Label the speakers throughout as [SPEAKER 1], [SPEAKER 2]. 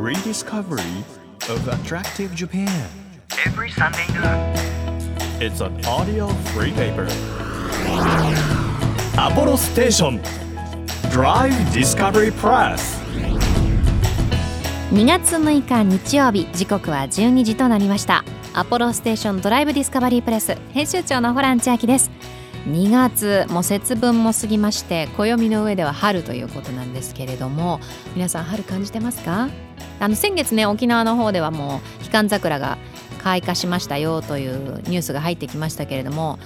[SPEAKER 1] Rediscovery of Attractive Japan.
[SPEAKER 2] every Sunday noon.
[SPEAKER 1] It's an audio free paper. Apollo Station. Drive Discovery Press.
[SPEAKER 3] 2月6日日曜日時刻は12時となりましたアポロステーションドライブディスカバリープレス編集長のホラン千秋です2月もう節分も過ぎまして暦の上では春ということなんですけれども皆さん春感じてますかあの先月ね沖縄の方ではもうヒカン桜が開花しましたよというニュースが入ってきましたけれども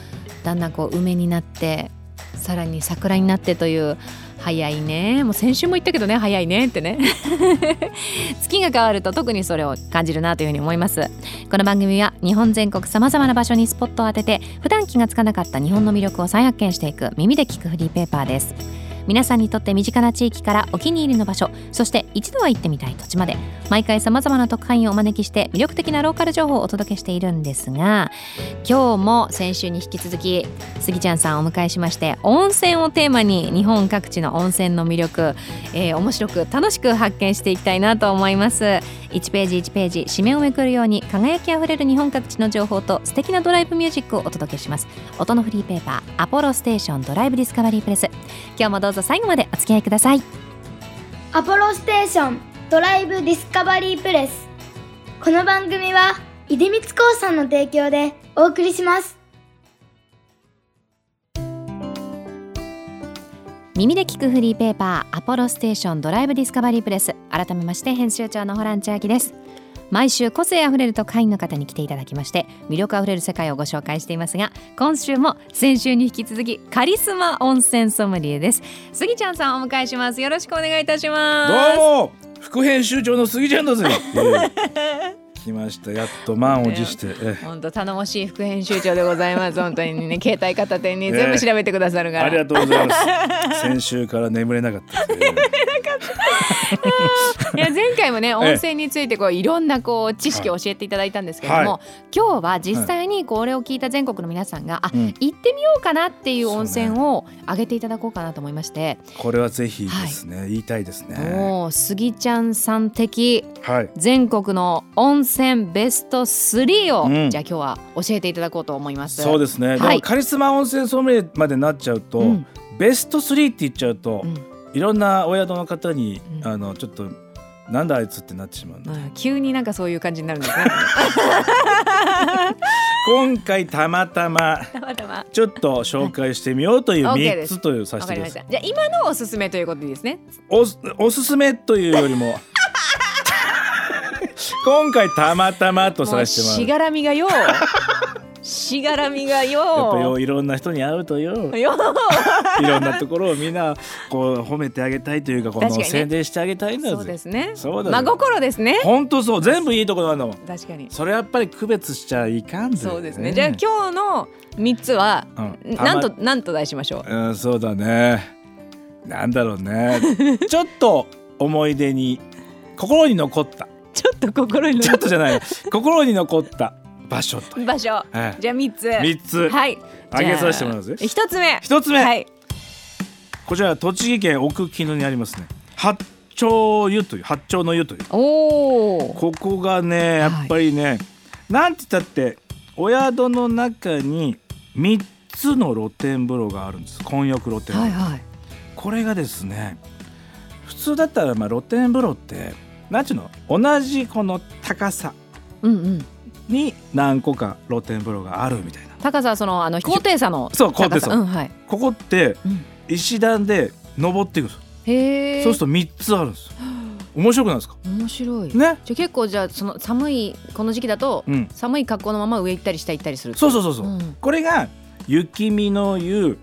[SPEAKER 3] だんだんこう梅になってさらに桜になってという早いねもう先週も言ったけどね早いねってね 月が変わると特にそれを感じるなというふうに思いますこの番組は日本全国さまざまな場所にスポットを当てて普段気がつかなかった日本の魅力を再発見していく耳で聞くフリーペーパーです皆さんにとって身近な地域からお気に入りの場所そして一度は行ってみたい土地まで毎回さまざまな特派員をお招きして魅力的なローカル情報をお届けしているんですが今日も先週に引き続きスギちゃんさんをお迎えしまして温泉をテーマに日本各地の温泉の魅力、えー面白く楽しく発見していきたいなと思います1ページ1ページ紙面をめくるように輝きあふれる日本各地の情報と素敵なドライブミュージックをお届けします音のフリーペーパー「アポロステーションドライブディスカバリープレス」今日もどうぞ最後までお付き合いください
[SPEAKER 4] アポロステーションドライブディスカバリープレスこの番組は出光興産の提供でお送りします
[SPEAKER 3] 耳で聞くフリーペーパーアポロステーションドライブディスカバリープレス改めまして編集長のホラン千秋です毎週個性あふれる特派員の方に来ていただきまして魅力あふれる世界をご紹介していますが今週も先週に引き続きカリスマ温泉ソムリエですスギちゃんさんをお迎えしますよろしくお願いいたします
[SPEAKER 5] どうも副編集長の杉ちゃんだぜ、 えー来ましたやっと満を持して、えー
[SPEAKER 3] 本当頼もしい副編集長でございます本当にね携帯片手に全部調べてくださるか
[SPEAKER 5] あ
[SPEAKER 3] ら、
[SPEAKER 5] りがとうございます 先週から眠れなかったです、
[SPEAKER 3] いや前回もね
[SPEAKER 5] ええ
[SPEAKER 3] 温泉についてこういろんなこう知識を教えていただいたんですけれども、
[SPEAKER 5] は
[SPEAKER 3] 今日は実際にこれを聞いた全国の皆さんが、あ
[SPEAKER 5] うん
[SPEAKER 3] 行ってみようかなっていう
[SPEAKER 5] そうね
[SPEAKER 3] 温泉を挙げていただこうかなと思いまして、
[SPEAKER 5] これはぜひですね、言いたいですね
[SPEAKER 3] もうスギちゃんさん的
[SPEAKER 5] はい
[SPEAKER 3] 全国の温泉ベスト3を、
[SPEAKER 5] うん
[SPEAKER 3] じゃあ今日は教えていただこうと思います。
[SPEAKER 5] そうですね、
[SPEAKER 3] は
[SPEAKER 5] で
[SPEAKER 3] い
[SPEAKER 5] もカリスマ温泉ソムリエまでなっちゃうと、
[SPEAKER 3] うん
[SPEAKER 5] ベスト3って言っちゃうと、
[SPEAKER 3] うん
[SPEAKER 5] いろんなお宿の方に、
[SPEAKER 3] うん
[SPEAKER 5] あのちょっとなんだあいつってなってしまうの
[SPEAKER 3] うん急になんかそういう感じになるんですね。
[SPEAKER 5] 今回たまたま
[SPEAKER 3] たまたま。
[SPEAKER 5] ちょっと紹介してみようと いう
[SPEAKER 3] OK
[SPEAKER 5] 3
[SPEAKER 3] です
[SPEAKER 5] つというさ
[SPEAKER 3] わ
[SPEAKER 5] せ
[SPEAKER 3] か
[SPEAKER 5] て
[SPEAKER 3] りまし
[SPEAKER 5] ください
[SPEAKER 3] た。じゃあ今のおすすめということでいいですね。
[SPEAKER 5] おすおすすめというより も今回たまたまと
[SPEAKER 3] もう
[SPEAKER 5] させて
[SPEAKER 3] し
[SPEAKER 5] もらう
[SPEAKER 3] がらみがよ。 しがらみが
[SPEAKER 5] やっぱよ
[SPEAKER 3] よ。
[SPEAKER 5] いろんな人に会う とよ
[SPEAKER 3] よ。
[SPEAKER 5] いろんなところをみんなこう褒めてあげたいというかこ
[SPEAKER 3] 確かに
[SPEAKER 5] の
[SPEAKER 3] ね
[SPEAKER 5] 宣伝してあげたいんだ
[SPEAKER 3] そうで
[SPEAKER 5] ぜ
[SPEAKER 3] すね。
[SPEAKER 5] そうだぜ
[SPEAKER 3] 真心ですね。
[SPEAKER 5] ほんとそう全部いいところなんだもん
[SPEAKER 3] 確かに。
[SPEAKER 5] それやっぱり区別しちゃいかんぜ
[SPEAKER 3] そうですね。じゃあ今日の三つは、
[SPEAKER 5] うん
[SPEAKER 3] なんとなんと題しましょう。
[SPEAKER 5] うんそうだねなんだろ うねちょっと思い出に心に残った
[SPEAKER 3] ちょっと心に
[SPEAKER 5] ちょっとじゃない心に残った場所という
[SPEAKER 3] 場所。
[SPEAKER 5] はい
[SPEAKER 3] じゃあ三つ。
[SPEAKER 5] 三 つ
[SPEAKER 3] はい。
[SPEAKER 5] あげさせてもらうぜ
[SPEAKER 3] じゃあ一つ目。
[SPEAKER 5] 一つ目
[SPEAKER 3] はい。
[SPEAKER 5] こちら栃木県奥鬼怒にありますね八丁湯という八丁の湯という
[SPEAKER 3] おお。
[SPEAKER 5] ここがねやっぱりね、なんて言ったってお宿の中に3つの露天風呂があるんです混浴露天風呂、
[SPEAKER 3] はいはい。
[SPEAKER 5] これがですね普通だったらまあ露天風呂って何ちゅうの同じこの高さ
[SPEAKER 3] うんうん。
[SPEAKER 5] に何個か露天風呂があるみたいな
[SPEAKER 3] 高さはそのあの高低差の
[SPEAKER 5] そう高
[SPEAKER 3] 高
[SPEAKER 5] 低
[SPEAKER 3] さ。
[SPEAKER 5] 差、
[SPEAKER 3] うんはい。
[SPEAKER 5] ここって
[SPEAKER 3] うん
[SPEAKER 5] 石段で登っていくんですよ
[SPEAKER 3] へえ。
[SPEAKER 5] そうすると3つあるんですよ面白くないですか
[SPEAKER 3] 面白い。
[SPEAKER 5] ね
[SPEAKER 3] じゃあ結構じゃあその寒いこの時期だと、
[SPEAKER 5] うん
[SPEAKER 3] 寒い格好のまま上行ったり下行ったりする
[SPEAKER 5] そううそうそうそう、
[SPEAKER 3] ん、
[SPEAKER 5] これが雪見の湯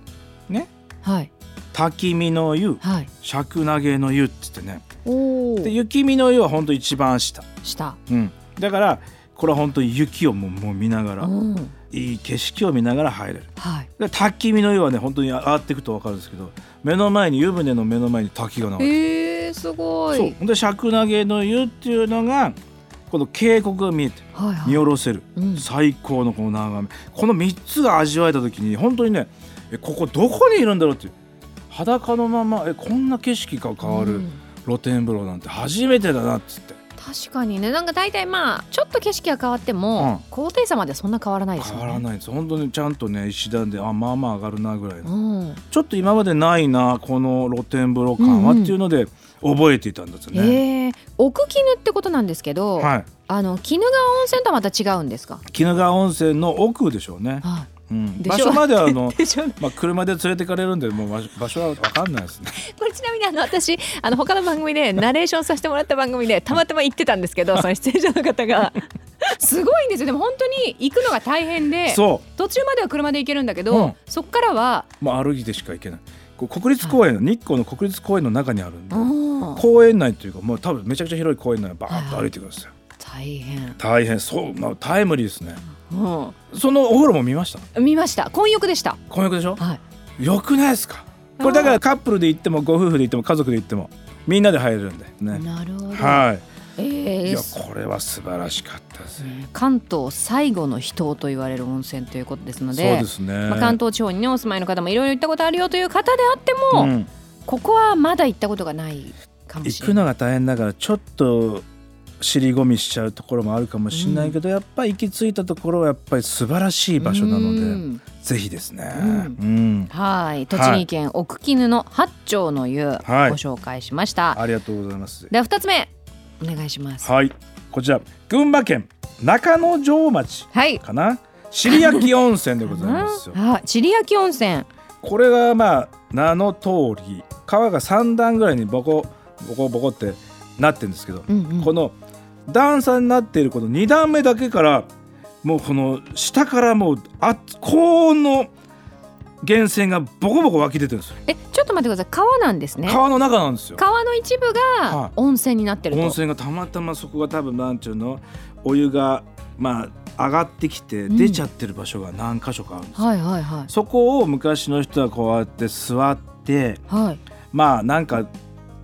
[SPEAKER 3] はい
[SPEAKER 5] 滝見の湯
[SPEAKER 3] はい
[SPEAKER 5] 尺投げの湯って言ってね
[SPEAKER 3] おお
[SPEAKER 5] で雪見の湯はほんと一番下、
[SPEAKER 3] 下
[SPEAKER 5] うん、だからこれは本当に雪をもうもう見ながら
[SPEAKER 3] うん
[SPEAKER 5] いい景色を見ながら入れる
[SPEAKER 3] はい
[SPEAKER 5] で滝見の湯はね本当に上がっていくと分かるんですけど目の前に湯船の目の前に滝が流れてる
[SPEAKER 3] えー、すごい
[SPEAKER 5] そうほんで尺投げの湯っていうのがこの渓谷が見えて
[SPEAKER 3] はいは
[SPEAKER 5] 見
[SPEAKER 3] い
[SPEAKER 5] 下ろせる
[SPEAKER 3] うん、
[SPEAKER 5] 最高のこの眺めこの3つが味わえた時に本当にねえここどこにいるんだろうっていう裸のままえこんな景色が変わ
[SPEAKER 3] う
[SPEAKER 5] る
[SPEAKER 3] ん
[SPEAKER 5] 露天風呂なんて初めてだなっつって
[SPEAKER 3] 確かにねなんか大体まあちょっと景色が変わっても、
[SPEAKER 5] うん
[SPEAKER 3] 高低差まではそんな変わらないですよね
[SPEAKER 5] 変わらないです本当にちゃんとね石段であまあまあ上がるなぐらいの
[SPEAKER 3] うん
[SPEAKER 5] ちょっと今までないなこの露天風呂感は
[SPEAKER 3] う
[SPEAKER 5] っ
[SPEAKER 3] んうん
[SPEAKER 5] ていうので覚えていたんですよね、
[SPEAKER 3] ええ奥絹ってことなんですけど、
[SPEAKER 5] はい
[SPEAKER 3] あの絹川温泉とはまた違うんですか。
[SPEAKER 5] 鬼怒川温泉の奥でしょうね、
[SPEAKER 3] は
[SPEAKER 5] うん、
[SPEAKER 3] で
[SPEAKER 5] 場
[SPEAKER 3] しょ
[SPEAKER 5] 所まではあの
[SPEAKER 3] でしょ
[SPEAKER 5] まあ車で連れてかれるんでもう場所場所はわかんないですね
[SPEAKER 3] これちなみにあの私あの他の番組でナレーションさせてもらった番組でたまたま行ってたんですけどその出演者の方が すごいんですよでも本当に行くのが大変で
[SPEAKER 5] そ
[SPEAKER 3] 途中までは車で行けるんだけど、
[SPEAKER 5] うん
[SPEAKER 3] そこからは
[SPEAKER 5] うもう歩いてしか行けないこう国立公園の日光の国立公園の中にあるんで
[SPEAKER 3] うん
[SPEAKER 5] 公園内というかもう多分めちゃくちゃ広い公園内をバーッと歩いてください
[SPEAKER 3] 大変、
[SPEAKER 5] 大変そう、まあ、タイムリーですね
[SPEAKER 3] う
[SPEAKER 5] そのお風呂も見ました
[SPEAKER 3] ん、見ました混浴でした
[SPEAKER 5] 婚約でしょ
[SPEAKER 3] はい
[SPEAKER 5] よくないですかこれだからカップルで行ってもご夫婦で行っても家族で行ってもみんなで入れるんでね
[SPEAKER 3] なるほど、
[SPEAKER 5] は
[SPEAKER 3] え
[SPEAKER 5] い
[SPEAKER 3] ー
[SPEAKER 5] いやこれは素晴らしかったですね
[SPEAKER 3] 関東最後の秘湯と言われる温泉ということですの
[SPEAKER 5] そう
[SPEAKER 3] で
[SPEAKER 5] ですね、
[SPEAKER 3] まあ、関東地方に、ね、お住まいの方もいろいろ行ったことあるよという方であっても、
[SPEAKER 5] うん
[SPEAKER 3] ここはまだ行ったことがないかもし
[SPEAKER 5] 行
[SPEAKER 3] れ
[SPEAKER 5] く
[SPEAKER 3] ない。
[SPEAKER 5] のが大変だからちょっと尻込みしちゃうところもあるかもしれないけど、やっぱり行き着いたところはやっぱり素晴らしい場所なので、
[SPEAKER 3] うん
[SPEAKER 5] ぜひですね、
[SPEAKER 3] う
[SPEAKER 5] うんん
[SPEAKER 3] はい栃木県奥絹の八丁の湯、
[SPEAKER 5] はい
[SPEAKER 3] ご紹介しました、
[SPEAKER 5] ありがとうございます
[SPEAKER 3] では2つ目お願いしますは
[SPEAKER 5] はいこちら群馬県中之条町
[SPEAKER 3] い
[SPEAKER 5] かな尻焼き温泉でございま すよ
[SPEAKER 3] あちりやき温泉
[SPEAKER 5] これがまあ名の通り川が3段ぐらいにボコボコボコってなってるんですけど、
[SPEAKER 3] うんうん
[SPEAKER 5] この段差になっているこの2段目だけからもうこの下からもうあ高温の源泉がボコボコ湧き出てるんですよ、
[SPEAKER 3] えちょっと待ってください川なんですね
[SPEAKER 5] 川の中なんですよ
[SPEAKER 3] 川の一部
[SPEAKER 5] は
[SPEAKER 3] が
[SPEAKER 5] い
[SPEAKER 3] 温泉になってると、
[SPEAKER 5] 温泉がたまたまそこが多分なんていうのお湯がまあ上がってきて
[SPEAKER 3] ん
[SPEAKER 5] 出ちゃってる場所が何箇所かあるんです、
[SPEAKER 3] はいはいはい
[SPEAKER 5] そこを昔の人はこうやって座って
[SPEAKER 3] はい
[SPEAKER 5] まあなんか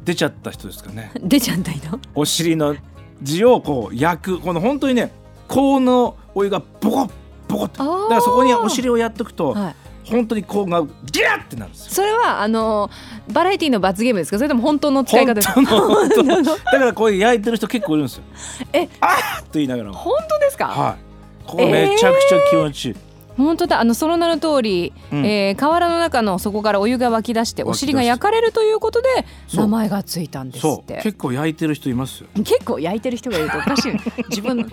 [SPEAKER 5] 出ちゃった人ですかね
[SPEAKER 3] 出ちゃった の
[SPEAKER 5] お尻の地をこう焼くこの本当にね高温のお湯がボコッボコッ
[SPEAKER 3] あー
[SPEAKER 5] だからそこにお尻をやっとくと、
[SPEAKER 3] はい
[SPEAKER 5] 本当に高温がギラッてなるんですよ。
[SPEAKER 3] それはあのバラエティの罰ゲームですかそれとも本当の使い方ですか
[SPEAKER 5] 本当の本当のだからこういう焼いてる人結構いるんですよ。
[SPEAKER 3] え
[SPEAKER 5] あーって言いながらも。
[SPEAKER 3] 本当ですか、
[SPEAKER 5] はい。これめちゃくちゃ気持ちいい。
[SPEAKER 3] 本当だあのその名の通り、
[SPEAKER 5] うん
[SPEAKER 3] えー河原の中の底からお湯が湧き出して
[SPEAKER 5] 湧き
[SPEAKER 3] お
[SPEAKER 5] 出して
[SPEAKER 3] 尻が焼かれるということで
[SPEAKER 5] そう
[SPEAKER 3] 名前がついたんです
[SPEAKER 5] そ
[SPEAKER 3] っ
[SPEAKER 5] う。
[SPEAKER 3] て
[SPEAKER 5] 結構焼いてる人いますよ。
[SPEAKER 3] 結構焼いてる人がいるとおかしい自分の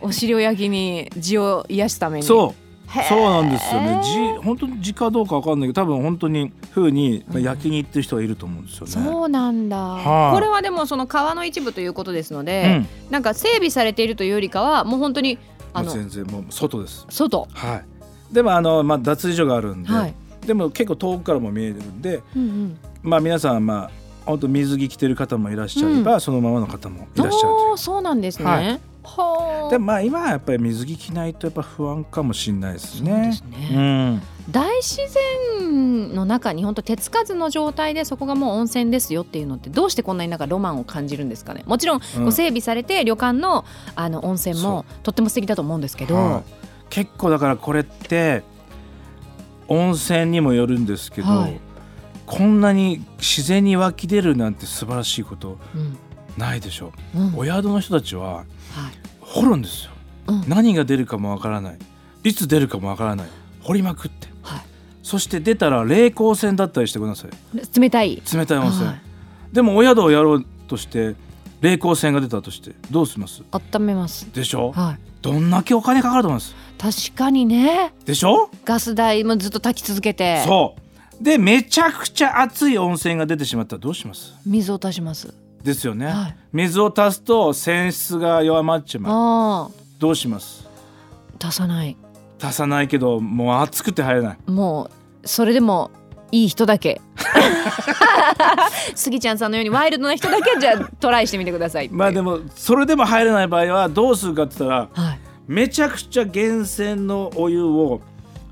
[SPEAKER 3] お尻を焼きに地を癒すために
[SPEAKER 5] そう。
[SPEAKER 3] へー
[SPEAKER 5] そうなんですよね。じ本当に地かどうかわかんないけど、多分本当に風にまあ焼きに行ってる人がいると思うんですよね。
[SPEAKER 3] そうなんだ、
[SPEAKER 5] はい
[SPEAKER 3] これはでもその川の一部ということですの
[SPEAKER 5] う
[SPEAKER 3] で
[SPEAKER 5] ん、
[SPEAKER 3] なんか整備されているというよりかはもう本当にあ
[SPEAKER 5] もう
[SPEAKER 3] の
[SPEAKER 5] 全然もう外です。
[SPEAKER 3] 外
[SPEAKER 5] はい。でもあのまあ脱衣所があるんで、
[SPEAKER 3] はい
[SPEAKER 5] でも結構遠くからも見えるんで、
[SPEAKER 3] うんうん
[SPEAKER 5] まあ皆さんまあ本当水着着てる方もいらっしゃれば、そのままの方もいらっしゃるという
[SPEAKER 3] おーそうなんですね、
[SPEAKER 5] は
[SPEAKER 3] はいあ
[SPEAKER 5] でもまあ今はやっぱり水着着ないとやっぱ不安かもしれないです
[SPEAKER 3] そう
[SPEAKER 5] ね
[SPEAKER 3] です。ね
[SPEAKER 5] うん。
[SPEAKER 3] 大自然の中に本当手つかずの状態でそこがもう温泉ですよっていうのってどうしてこんなになんかロマンを感じるんですかねもちろんこ
[SPEAKER 5] うん
[SPEAKER 3] う整備されて旅館のあの温泉もとっても素敵だと思うんですけど、
[SPEAKER 5] はい結構だからこれって温泉にもよるんですけど、
[SPEAKER 3] はい
[SPEAKER 5] こんなに自然に湧き出るなんて素晴らしいこと
[SPEAKER 3] うん
[SPEAKER 5] ないでしょ
[SPEAKER 3] うん
[SPEAKER 5] う。
[SPEAKER 3] は
[SPEAKER 5] お
[SPEAKER 3] い、
[SPEAKER 5] 宿の人たちは掘るんですよ。
[SPEAKER 3] うん
[SPEAKER 5] 何が出るかもわからない。いつ出るかもわからない。掘りまくって。
[SPEAKER 3] は
[SPEAKER 5] そして出たら冷光泉だったりしてください。
[SPEAKER 3] い、冷たい
[SPEAKER 5] 冷たい温泉。
[SPEAKER 3] はい
[SPEAKER 5] でもお宿をやろうとして冷光泉が出たとしてどうします？
[SPEAKER 3] 温めます、
[SPEAKER 5] でしょ、
[SPEAKER 3] はい、
[SPEAKER 5] どんだけお金かかると思います
[SPEAKER 3] 確かにね
[SPEAKER 5] でしょ、
[SPEAKER 3] ガス代もずっと炊き続けて
[SPEAKER 5] そうでめちゃくちゃ熱い温泉が出てしまったらどうします
[SPEAKER 3] 水を足します
[SPEAKER 5] ですよね、
[SPEAKER 3] はい
[SPEAKER 5] 水を足すと泉質が弱まっちまう
[SPEAKER 3] あ
[SPEAKER 5] どうします
[SPEAKER 3] あ足さない
[SPEAKER 5] 足さないけどもう熱くて入れない
[SPEAKER 3] もうそれでもいい人だ けスギちゃんさんのようにワイルドな人だけじゃあトライしてみてくださいっていう
[SPEAKER 5] まあでもそれでも入れない場合はどうするかって言ったら
[SPEAKER 3] はい、
[SPEAKER 5] めちゃくちゃ源泉のお湯を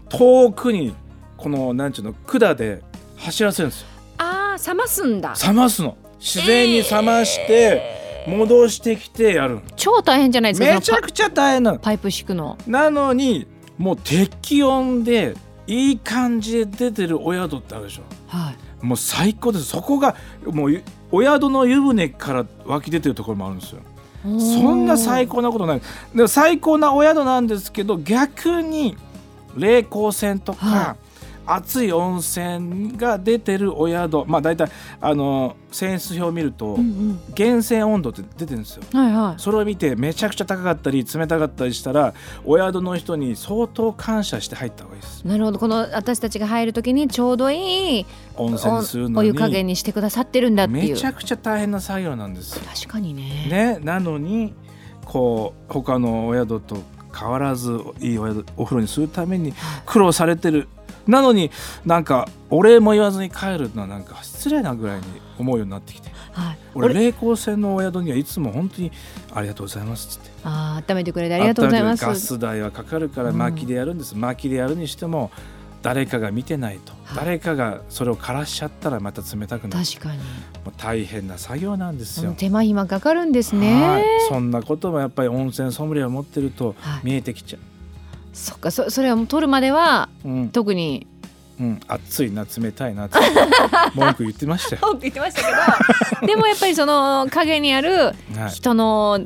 [SPEAKER 5] 遠くにこのなんちゅうの管で走らせるんですよ
[SPEAKER 3] ああ冷ますんだ
[SPEAKER 5] 冷ますの自然に冷まして戻してきてやるの
[SPEAKER 3] 超大変じゃないですか
[SPEAKER 5] めち
[SPEAKER 3] そ
[SPEAKER 5] ゃ
[SPEAKER 3] の
[SPEAKER 5] くちゃ大変なの
[SPEAKER 3] パパイプ敷くの
[SPEAKER 5] なのにもう適温でいい感じで出てるお宿ってあるでしょ
[SPEAKER 3] はい
[SPEAKER 5] もう最高ですそこがもうゆお宿の湯船から湧き出てるところもあるんですよそんな最高なことないで最高なお宿なんですけど逆に冷光線とか、
[SPEAKER 3] は
[SPEAKER 5] 熱い温泉が出てるお宿まあ大体あの泉質表を見ると、
[SPEAKER 3] うん
[SPEAKER 5] 源泉温度って出てるんですよ。
[SPEAKER 3] うん、はいはい
[SPEAKER 5] それを見てめちゃくちゃ高かったり冷たかったりしたらお宿の人に相当感謝して入った方がいいです。
[SPEAKER 3] なるほどこの私たちが入るときにちょうどいい
[SPEAKER 5] 温泉にする
[SPEAKER 3] お
[SPEAKER 5] の
[SPEAKER 3] お
[SPEAKER 5] に
[SPEAKER 3] 湯加減にしてくださってるんだってい
[SPEAKER 5] め
[SPEAKER 3] う
[SPEAKER 5] ちゃくちゃ大変な作業なんですよ。
[SPEAKER 3] 確かにね
[SPEAKER 5] ね、なのにこう他のお宿と変わらずいいお宿お風呂にするために苦労されてるなのになんかお礼も言わずに帰るのはなんか失礼なぐらいに思うようになってきて
[SPEAKER 3] はい、
[SPEAKER 5] 俺霊光船のお宿にはいつも本当に「ありがとうございます」っつって。
[SPEAKER 3] あー温めてくれてありがとうございま
[SPEAKER 5] ガ
[SPEAKER 3] す
[SPEAKER 5] ス代はかかるから
[SPEAKER 3] うん
[SPEAKER 5] 薪でやるんです、薪でやるにしても誰かが見てないと、
[SPEAKER 3] はい
[SPEAKER 5] 誰かがそれを枯らしちゃったらまた冷たくなる
[SPEAKER 3] 確かに
[SPEAKER 5] もう大変な作業なんです
[SPEAKER 3] う
[SPEAKER 5] よ
[SPEAKER 3] ん。手間暇かかるんです
[SPEAKER 5] はい
[SPEAKER 3] ね
[SPEAKER 5] そんなこともやっぱり温泉ソムリエを持ってると
[SPEAKER 3] はい
[SPEAKER 5] 見えてきちゃ
[SPEAKER 3] そっかそそれはもう取るまでは
[SPEAKER 5] う、うん
[SPEAKER 3] 特に
[SPEAKER 5] うん、暑いな冷たいなって 文句言って ましたよ、
[SPEAKER 3] 文句言ってましたけど でもやっぱりその陰にある
[SPEAKER 5] はい、
[SPEAKER 3] 人の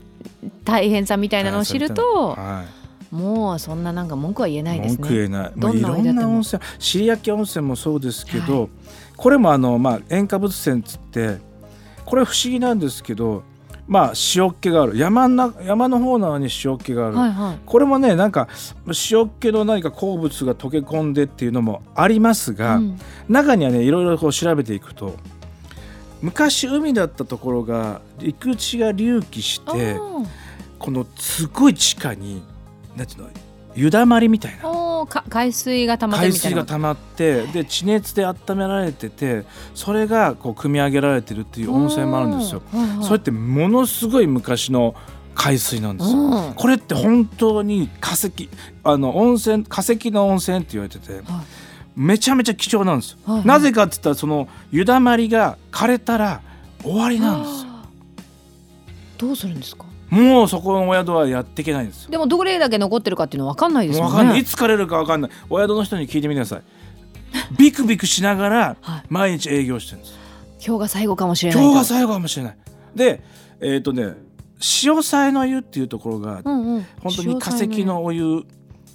[SPEAKER 3] 大変さみたいなのを知ると、
[SPEAKER 5] は、
[SPEAKER 3] もうそんななんか文句は言えないいです
[SPEAKER 5] 文句言
[SPEAKER 3] ね。
[SPEAKER 5] えないも
[SPEAKER 3] ど
[SPEAKER 5] うんい
[SPEAKER 3] なお
[SPEAKER 5] ろ
[SPEAKER 3] 湯だっても
[SPEAKER 5] んな温泉尻焼き温泉もそうですけど、これもあの、まあ、塩化物泉っつってこれ不思議なんですけどまあ塩っ気がある山な山の方なのに塩っ気がある、
[SPEAKER 3] はいはい。
[SPEAKER 5] これもねなんか塩っ気の何か鉱物が溶け込んでっていうのもありますが、
[SPEAKER 3] うん
[SPEAKER 5] 中にはねいろいろこう調べていくと昔海だったところが陸地が隆起してこのすごい地下になんていうの湯だまりみたいな
[SPEAKER 3] おおか海水が溜まってる
[SPEAKER 5] 海
[SPEAKER 3] みたい
[SPEAKER 5] 水
[SPEAKER 3] な
[SPEAKER 5] が
[SPEAKER 3] こと。
[SPEAKER 5] 溜まってで地熱で温められててそれがこう組み上げられてるっていう温泉もあるんですよ。
[SPEAKER 3] おー。はいはい
[SPEAKER 5] それってものすごい昔の海水なんですよ。
[SPEAKER 3] うん
[SPEAKER 5] これって本当に化石あの温泉化石の温泉って言われてて
[SPEAKER 3] は
[SPEAKER 5] めちゃめちゃ貴重なんですよ。
[SPEAKER 3] いはい
[SPEAKER 5] なぜかって言ったらその湯だまりが枯れたら終わりなんですよ。
[SPEAKER 3] あーどうするんですか。
[SPEAKER 5] もうそこのお宿はやっていけないんですよ。
[SPEAKER 3] でもどれだけ残ってるかっていうのはわかんないです
[SPEAKER 5] もう
[SPEAKER 3] よ
[SPEAKER 5] わかんない。い
[SPEAKER 3] ね。
[SPEAKER 5] つ枯れるかわかんない。お宿の人に聞いてみてくだ さい。ビクビクしながら
[SPEAKER 3] はい
[SPEAKER 5] 毎日営業してるんです。
[SPEAKER 3] 今日が最後かもしれないと。
[SPEAKER 5] 今日が最後かもしれない。で、えっ、とね、潮さの湯っていうところが
[SPEAKER 3] うんうん。
[SPEAKER 5] 本当に化石のお湯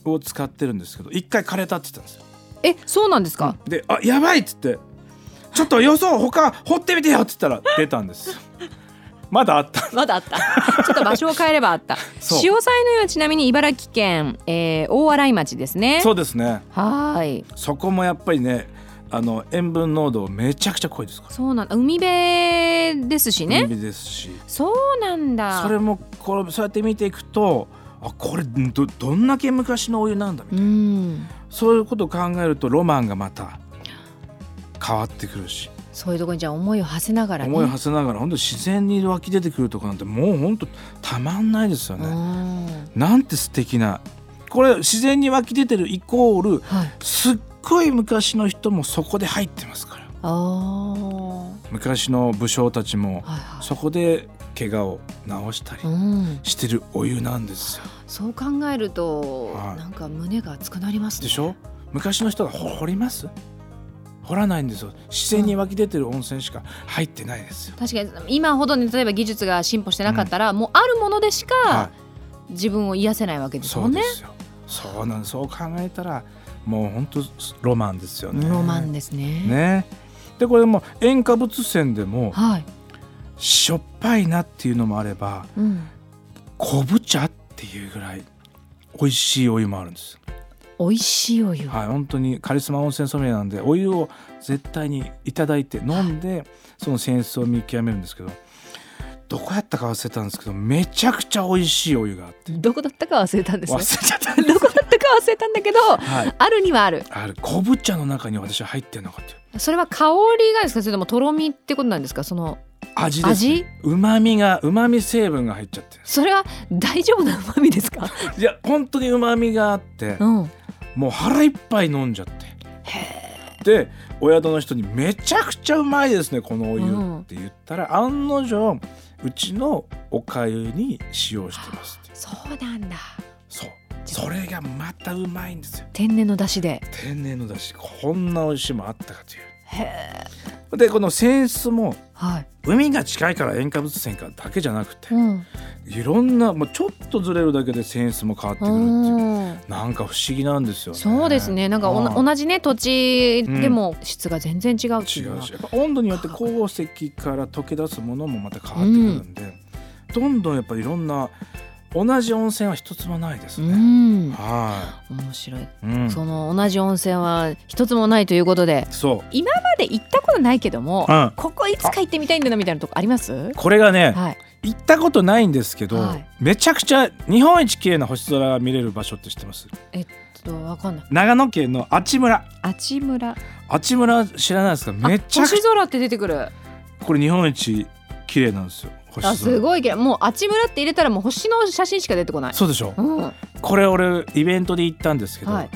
[SPEAKER 5] を使ってるんですけど、一回枯れたって言ったんですよ。
[SPEAKER 3] えそうなんですか。
[SPEAKER 5] で、あやばいっつって、ちょっとよそ他掘ってみてよっつったら出たんですよ。まだあった。
[SPEAKER 3] まだあ った。ちょっと場所を変えればあった。
[SPEAKER 5] そう
[SPEAKER 3] 潮騒の湯はちなみに茨城県、えー、大洗町ですね。
[SPEAKER 5] そうですね。
[SPEAKER 3] はーい。
[SPEAKER 5] そこもやっぱりねあの塩分濃度めちゃくちゃ濃いですから
[SPEAKER 3] そうなんだ。海辺ですしね。
[SPEAKER 5] 海ですし
[SPEAKER 3] そうなんだ。
[SPEAKER 5] それもこれそうやって見ていくとあこれどどんだけ昔のお湯なんだみ
[SPEAKER 3] う
[SPEAKER 5] たいな、
[SPEAKER 3] ん。
[SPEAKER 5] そういうことを考えるとロマンがまた変わってくるし
[SPEAKER 3] そういうところにじゃあ思いを馳せながらね。
[SPEAKER 5] 思いを馳せながら本当自然に湧き出てくるとこなんてもう本当たまんないですよね。
[SPEAKER 3] うん
[SPEAKER 5] なんて素敵なこれ自然に湧き出てるイコール
[SPEAKER 3] はい。
[SPEAKER 5] すっごい昔の人もそこで入ってますから
[SPEAKER 3] ああ。
[SPEAKER 5] 昔の武将たちも
[SPEAKER 3] はいは
[SPEAKER 5] そこで怪我を治したり
[SPEAKER 3] い。うん。
[SPEAKER 5] してるお湯なんですよ。
[SPEAKER 3] そう考えると、
[SPEAKER 5] はい
[SPEAKER 3] なんか胸が熱くなりますね。
[SPEAKER 5] でしょ昔の人がほ掘ります掘らないんですよ。自然に湧き出てる温泉しか入ってないですよ。
[SPEAKER 3] 確かに今ほどね例えば技術が進歩してなかったら、もうあるものでし
[SPEAKER 5] は
[SPEAKER 3] か自分を癒せないわけ
[SPEAKER 5] い、
[SPEAKER 3] です
[SPEAKER 5] そ
[SPEAKER 3] も
[SPEAKER 5] うんで
[SPEAKER 3] ね。
[SPEAKER 5] すよ。そうなんそう考えたらもう本当ロマンですよね。
[SPEAKER 3] ロマンですね。
[SPEAKER 5] ね。でこれも塩化物泉でも
[SPEAKER 3] はい。
[SPEAKER 5] しょっぱいなっていうのもあれば
[SPEAKER 3] うん。
[SPEAKER 5] 昆布茶っていうぐらい美味しいお湯もあるんです。
[SPEAKER 3] 美味しいお湯。
[SPEAKER 5] はい、本当にカリスマ温泉ソムリエなんでお湯を絶対にいただいて飲んでその泉質を見極めるんですけどどこやったか忘れたんですけどめちゃくちゃ美味しいお湯があって
[SPEAKER 3] どこだったか忘れたんです
[SPEAKER 5] 忘
[SPEAKER 3] ね
[SPEAKER 5] れ。ちゃった、
[SPEAKER 3] どこだったか忘れたんだけど、
[SPEAKER 5] はい、
[SPEAKER 3] あるにはある。
[SPEAKER 5] あれ昆布茶の中に私は入ってるのかっていう
[SPEAKER 3] それは香りがですか、それともとろみってことなんですか、その
[SPEAKER 5] 味です
[SPEAKER 3] 味。
[SPEAKER 5] うまみがうまみ成分が入っちゃってる
[SPEAKER 3] それは大丈夫な旨味ですか。
[SPEAKER 5] いや本当にうまみがあって
[SPEAKER 3] うん。
[SPEAKER 5] もう腹いっぱい飲んじゃってでお宿の人に「めちゃくちゃうまいですねこのお湯」
[SPEAKER 3] うん
[SPEAKER 5] って言ったら、案の定うちのおかゆに使用してますって
[SPEAKER 3] そうなんだ。
[SPEAKER 5] そうそれがまたうまいんですよ
[SPEAKER 3] 天然の出汁で。
[SPEAKER 5] 天然のだしこんな美味しいもんあったかというでこの扇子も
[SPEAKER 3] はい。
[SPEAKER 5] 海が近いから塩化物塩化だけじゃなくて
[SPEAKER 3] うん。
[SPEAKER 5] いろんな、まあ、ちょっとずれるだけでセンスも変わってくるっていう
[SPEAKER 3] うん
[SPEAKER 5] なんか不思議なんですよね。
[SPEAKER 3] そうですね。なんかお
[SPEAKER 5] うん
[SPEAKER 3] な同じね土地でも質が全然違うって
[SPEAKER 5] 違
[SPEAKER 3] いうの
[SPEAKER 5] う
[SPEAKER 3] は
[SPEAKER 5] しやっぱ温度によって鉱石から溶け出すものもまた変わってくるんで、どんどんやっぱいろんな同じ温泉は一つもないです
[SPEAKER 3] う
[SPEAKER 5] ね。
[SPEAKER 3] ん。
[SPEAKER 5] は
[SPEAKER 3] 面白い。
[SPEAKER 5] い、うん、
[SPEAKER 3] その同じ温泉は一つもないということで、
[SPEAKER 5] そう
[SPEAKER 3] 今まで行ったことないけども、
[SPEAKER 5] うん
[SPEAKER 3] ここいつか行ってみたいんだなみたいなとこあります？
[SPEAKER 5] これがね、
[SPEAKER 3] はい。
[SPEAKER 5] 行ったことないんですけど、
[SPEAKER 3] はい
[SPEAKER 5] めちゃくちゃ日本一綺麗な星空が見れる場所って知ってます
[SPEAKER 3] えっとわかんない。
[SPEAKER 5] 長野県の阿智村
[SPEAKER 3] あちむら。
[SPEAKER 5] 阿智村知らないですかめちゃくち
[SPEAKER 3] 星空って出てくる。
[SPEAKER 5] ゃこれ日本一綺麗なんですよ星空
[SPEAKER 3] あすごいけどもうあちむらって入れたらもう星の写真しか出てこない。
[SPEAKER 5] そうでしょ
[SPEAKER 3] うん。は
[SPEAKER 5] これ俺イベントで行ったんですけど、
[SPEAKER 3] はい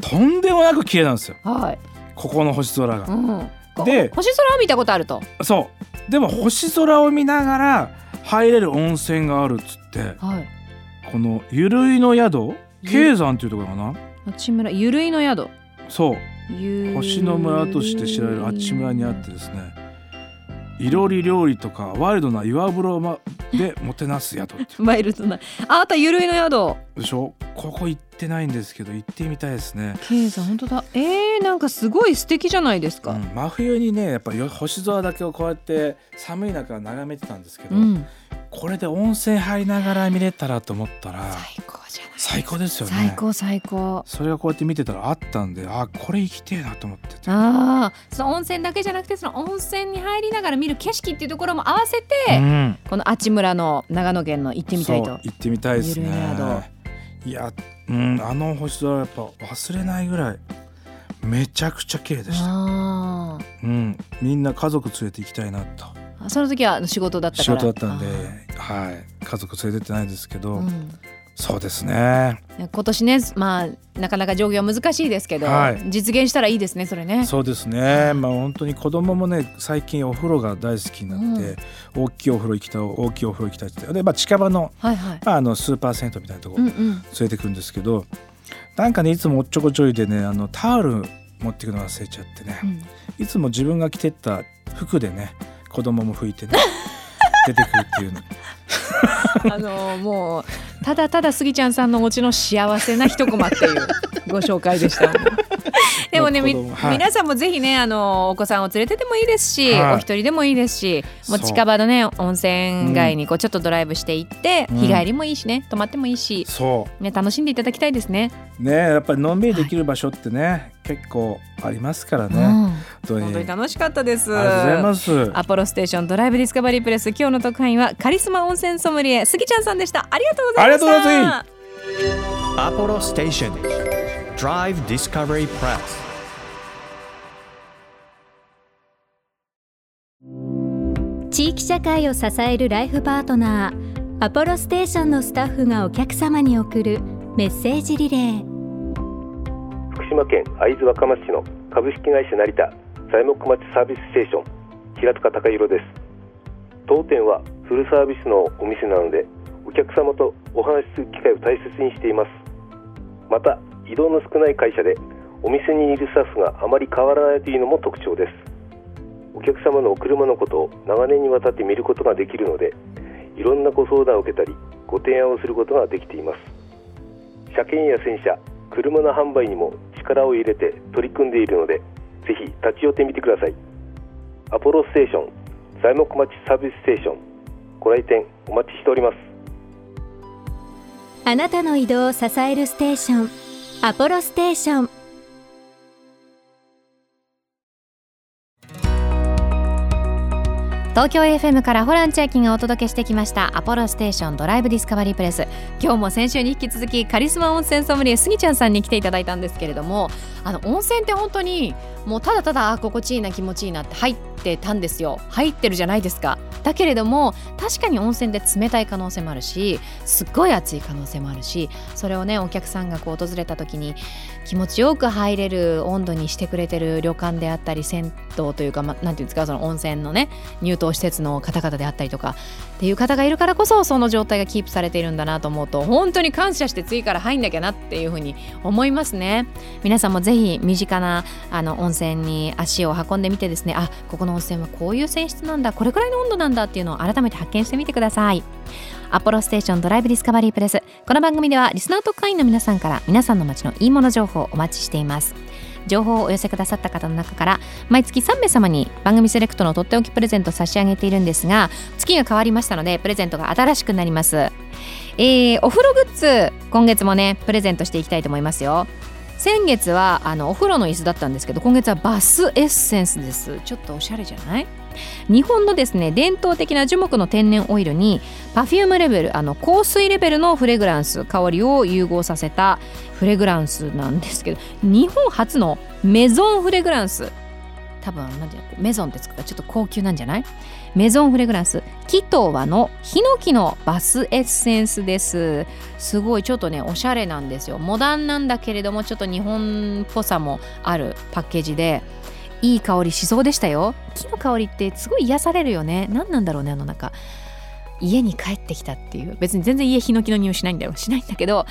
[SPEAKER 5] とんでもなく綺麗なんですよ
[SPEAKER 3] い。
[SPEAKER 5] ここの星空
[SPEAKER 3] う、
[SPEAKER 5] が
[SPEAKER 3] ん。こ
[SPEAKER 5] で
[SPEAKER 3] 星空を見たことあると。
[SPEAKER 5] そうでも星空を見ながら入れる温泉があるっつって
[SPEAKER 3] はい。
[SPEAKER 5] このゆるいの宿
[SPEAKER 3] ゆ
[SPEAKER 5] 経山っていうところかな
[SPEAKER 3] あちむらゆるいの宿。
[SPEAKER 5] そう
[SPEAKER 3] ゆるい
[SPEAKER 5] 星の村として知られるあっち村にあってですねいろり料理とかワイルドな岩風呂までもてなす宿ってい
[SPEAKER 3] ワイルドなああとゆるいの宿
[SPEAKER 5] うでしょここ行ってないんですけど行ってみたいですね、
[SPEAKER 3] ケイさん本当だえー、なんかすごい素敵じゃないです
[SPEAKER 5] う
[SPEAKER 3] か
[SPEAKER 5] ん、真冬にねやっぱよ星空だけをこうやって寒い中眺めてたんですけど、
[SPEAKER 3] うん、
[SPEAKER 5] これで温泉入りながら見れたらと思ったら
[SPEAKER 3] 最高じゃない
[SPEAKER 5] 最高ですよね
[SPEAKER 3] 最高最高
[SPEAKER 5] それがこうやって見てたらあったんであこれ行きてえなと思ってて
[SPEAKER 3] あーその温泉だけじゃなくてその温泉に入りながら見る景色っていうところも合わせて、
[SPEAKER 5] うん
[SPEAKER 3] このあちむらの長野県の行ってみたい
[SPEAKER 5] そ
[SPEAKER 3] と
[SPEAKER 5] う行ってみたいです
[SPEAKER 3] ゆるい宿
[SPEAKER 5] ねいや、うん、あの星空はやっぱ忘れないぐらいめちゃくちゃ綺麗でした、
[SPEAKER 3] あ
[SPEAKER 5] うん、みんな家族連れて行きたいなと
[SPEAKER 3] ーその時はあの仕事だった
[SPEAKER 5] 仕
[SPEAKER 3] から
[SPEAKER 5] 事だったんで
[SPEAKER 3] あ、
[SPEAKER 5] はい、家族連れてってないですけど、
[SPEAKER 3] ーうん
[SPEAKER 5] そうですね
[SPEAKER 3] 今年ねまあなかなか上限は難しいですけど、
[SPEAKER 5] はい
[SPEAKER 3] 実現したらいいですねそれね
[SPEAKER 5] そうですねまあ本当に子供もね最近お風呂が大好きになって、大きいお風呂行きたい大きいお風呂行きたいってで、まあ、近場の,、
[SPEAKER 3] はいはい
[SPEAKER 5] まあ、あのスーパー銭湯みたいなとこ
[SPEAKER 3] うんうん
[SPEAKER 5] 連れてくるんですけどなんかねいつもおっちょこちょいでねあのタオル持ってくの忘れちゃってね、
[SPEAKER 3] うん
[SPEAKER 5] いつも自分が着てった服でね子供も拭い てね出てくるっていうの
[SPEAKER 3] あのもうただただスギちゃんさんのお持ちの幸せな一コマっていうご紹介でした。 でもね、み
[SPEAKER 5] なるほどはい
[SPEAKER 3] 皆さんもぜひねあのお子さんを連れてでもいいですし、
[SPEAKER 5] はい
[SPEAKER 3] お一人でもいいですしもう
[SPEAKER 5] そう
[SPEAKER 3] 近場のね温泉街にこうちょっとドライブしていって、
[SPEAKER 5] うん
[SPEAKER 3] 日帰りもいいしね泊まってもいいし、
[SPEAKER 5] そ
[SPEAKER 3] ね、楽しんでいただきたいですね。
[SPEAKER 5] うねやっぱりのんびりできる場所ってね、結構ありますから
[SPEAKER 3] うん
[SPEAKER 5] ね、本当に
[SPEAKER 3] 本当に
[SPEAKER 5] あ
[SPEAKER 3] 楽しかったです。
[SPEAKER 5] りがとうございます
[SPEAKER 3] アポロステーションドライブディスカバリープレス今日の特派員はカリスマ温泉ソムリエスギちゃんさんでしたありがとうございました
[SPEAKER 5] ありがとうございま
[SPEAKER 1] Apollo Station. Drive Discovery Press.
[SPEAKER 6] 「地域社会を支えるライフパートナー」アポロステーションのスタッフがお客様に送るメッセージリレー。
[SPEAKER 7] 福島県会津若松市の株式会社成田材木町サービスステーション平塚隆弘です当店はフルサービスのお店なのでお客様とお話しする機会を大切にしていますまた移動の少ない会社でお店にいるスタッフがあまり変わらないというのも特徴ですお客様のお車のことを長年にわたって見ることができるのでいろんなご相談を受けたりご提案をすることができています車検や洗車車の販売にも力を入れて取り組んでいるのでぜひ立ち寄ってみてくださいアポロステーション材木町サービスステーションご来店お待ちしております
[SPEAKER 6] あなたの移動を支えるステーションアポロステーション
[SPEAKER 3] 東京 FM からホラン千秋がお届けしてきましたアポロステーションドライブディスカバリープレス今日も先週に引き続きカリスマ温泉ソムリエスギちゃんさんに来ていただいたんですけれどもあの温泉って本当にもうただただあ心地いいな気持ちいいなって入っってたんですよ入ってるじゃないですかだけれども確かに温泉で冷たい可能性もあるしすっごい暑い可能性もあるしそれをねお客さんがこう訪れた時に気持ちよく入れる温度にしてくれてる旅館であったり銭湯というか、まあ、なんていうんですかその温泉のね入湯施設の方々であったりとかっていう方がいるからこそその状態がキープされているんだなと思うと本当に感謝して次から入んなきゃなっていうふうに思いますね皆さんもぜひ身近なあの温泉に足を運んでみてですねあここの温泉はこういう泉質なんだこれくらいの温度なんだっていうのを改めて発見してみてくださいアポロステーションドライブディスカバリープレスこの番組ではリスナー特派員の皆さんから皆さんの街のいいもの情報をお待ちしています情報をお寄せくださった方の中から毎月3名様に番組セレクトのとっておきプレゼントを差し上げているんですが月が変わりましたのでプレゼントが新しくなりますえーお風呂グッズ今月もねプレゼントしていきたいと思いますよ先月はあのお風呂の椅子だったんですけど今月はバスエッセンスですちょっとおしゃれじゃない日本のですね伝統的な樹木の天然オイルにパフュームレベルあの香水レベルのフレグランス香りを融合させたフレグランスなんですけど日本初のメゾンフレグランス多分なんていうのメゾンってつくからちょっと高級なんじゃないメゾンフレグランスキトワのヒノキのバスエッセンスですすごいちょっとねおしゃれなんですよモダンなんだけれどもちょっと日本っぽさもあるパッケージでいい香りしそうでしたよ木の香りってすごい癒されるよね何なんだろうねあの中家に帰ってきたっていう別に全然家ヒノキの匂いしないんだよしないんだけどあ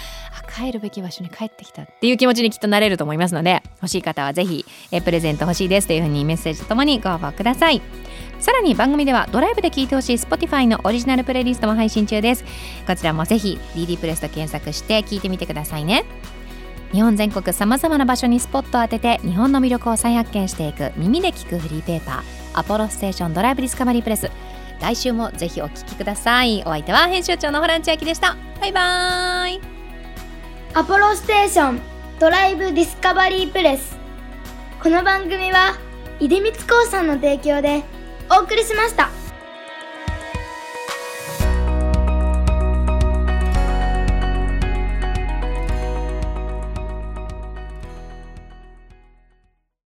[SPEAKER 3] 帰るべき場所に帰ってきたっていう気持ちにきっとなれると思いますので欲しい方はぜひえプレゼント欲しいですというふうにメッセージとともにご応募くださいさらに番組ではドライブで聴いてほしい Spotify のオリジナルプレイリストも配信中ですこちらもぜひ DD プレスと検索して聴いてみてくださいね日本全国さまざまな場所にスポットを当てて日本の魅力を再発見していく耳で聞くフリーペーパー「アポロステーションドライブ・ディスカバリー・プレス」来週もぜひお聞きくださいお相手は編集長のホラン千秋でしたバイバーイ
[SPEAKER 4] アポロステーションドライブディスカバリープレスこの番組は出光興産の提供でお送りしました。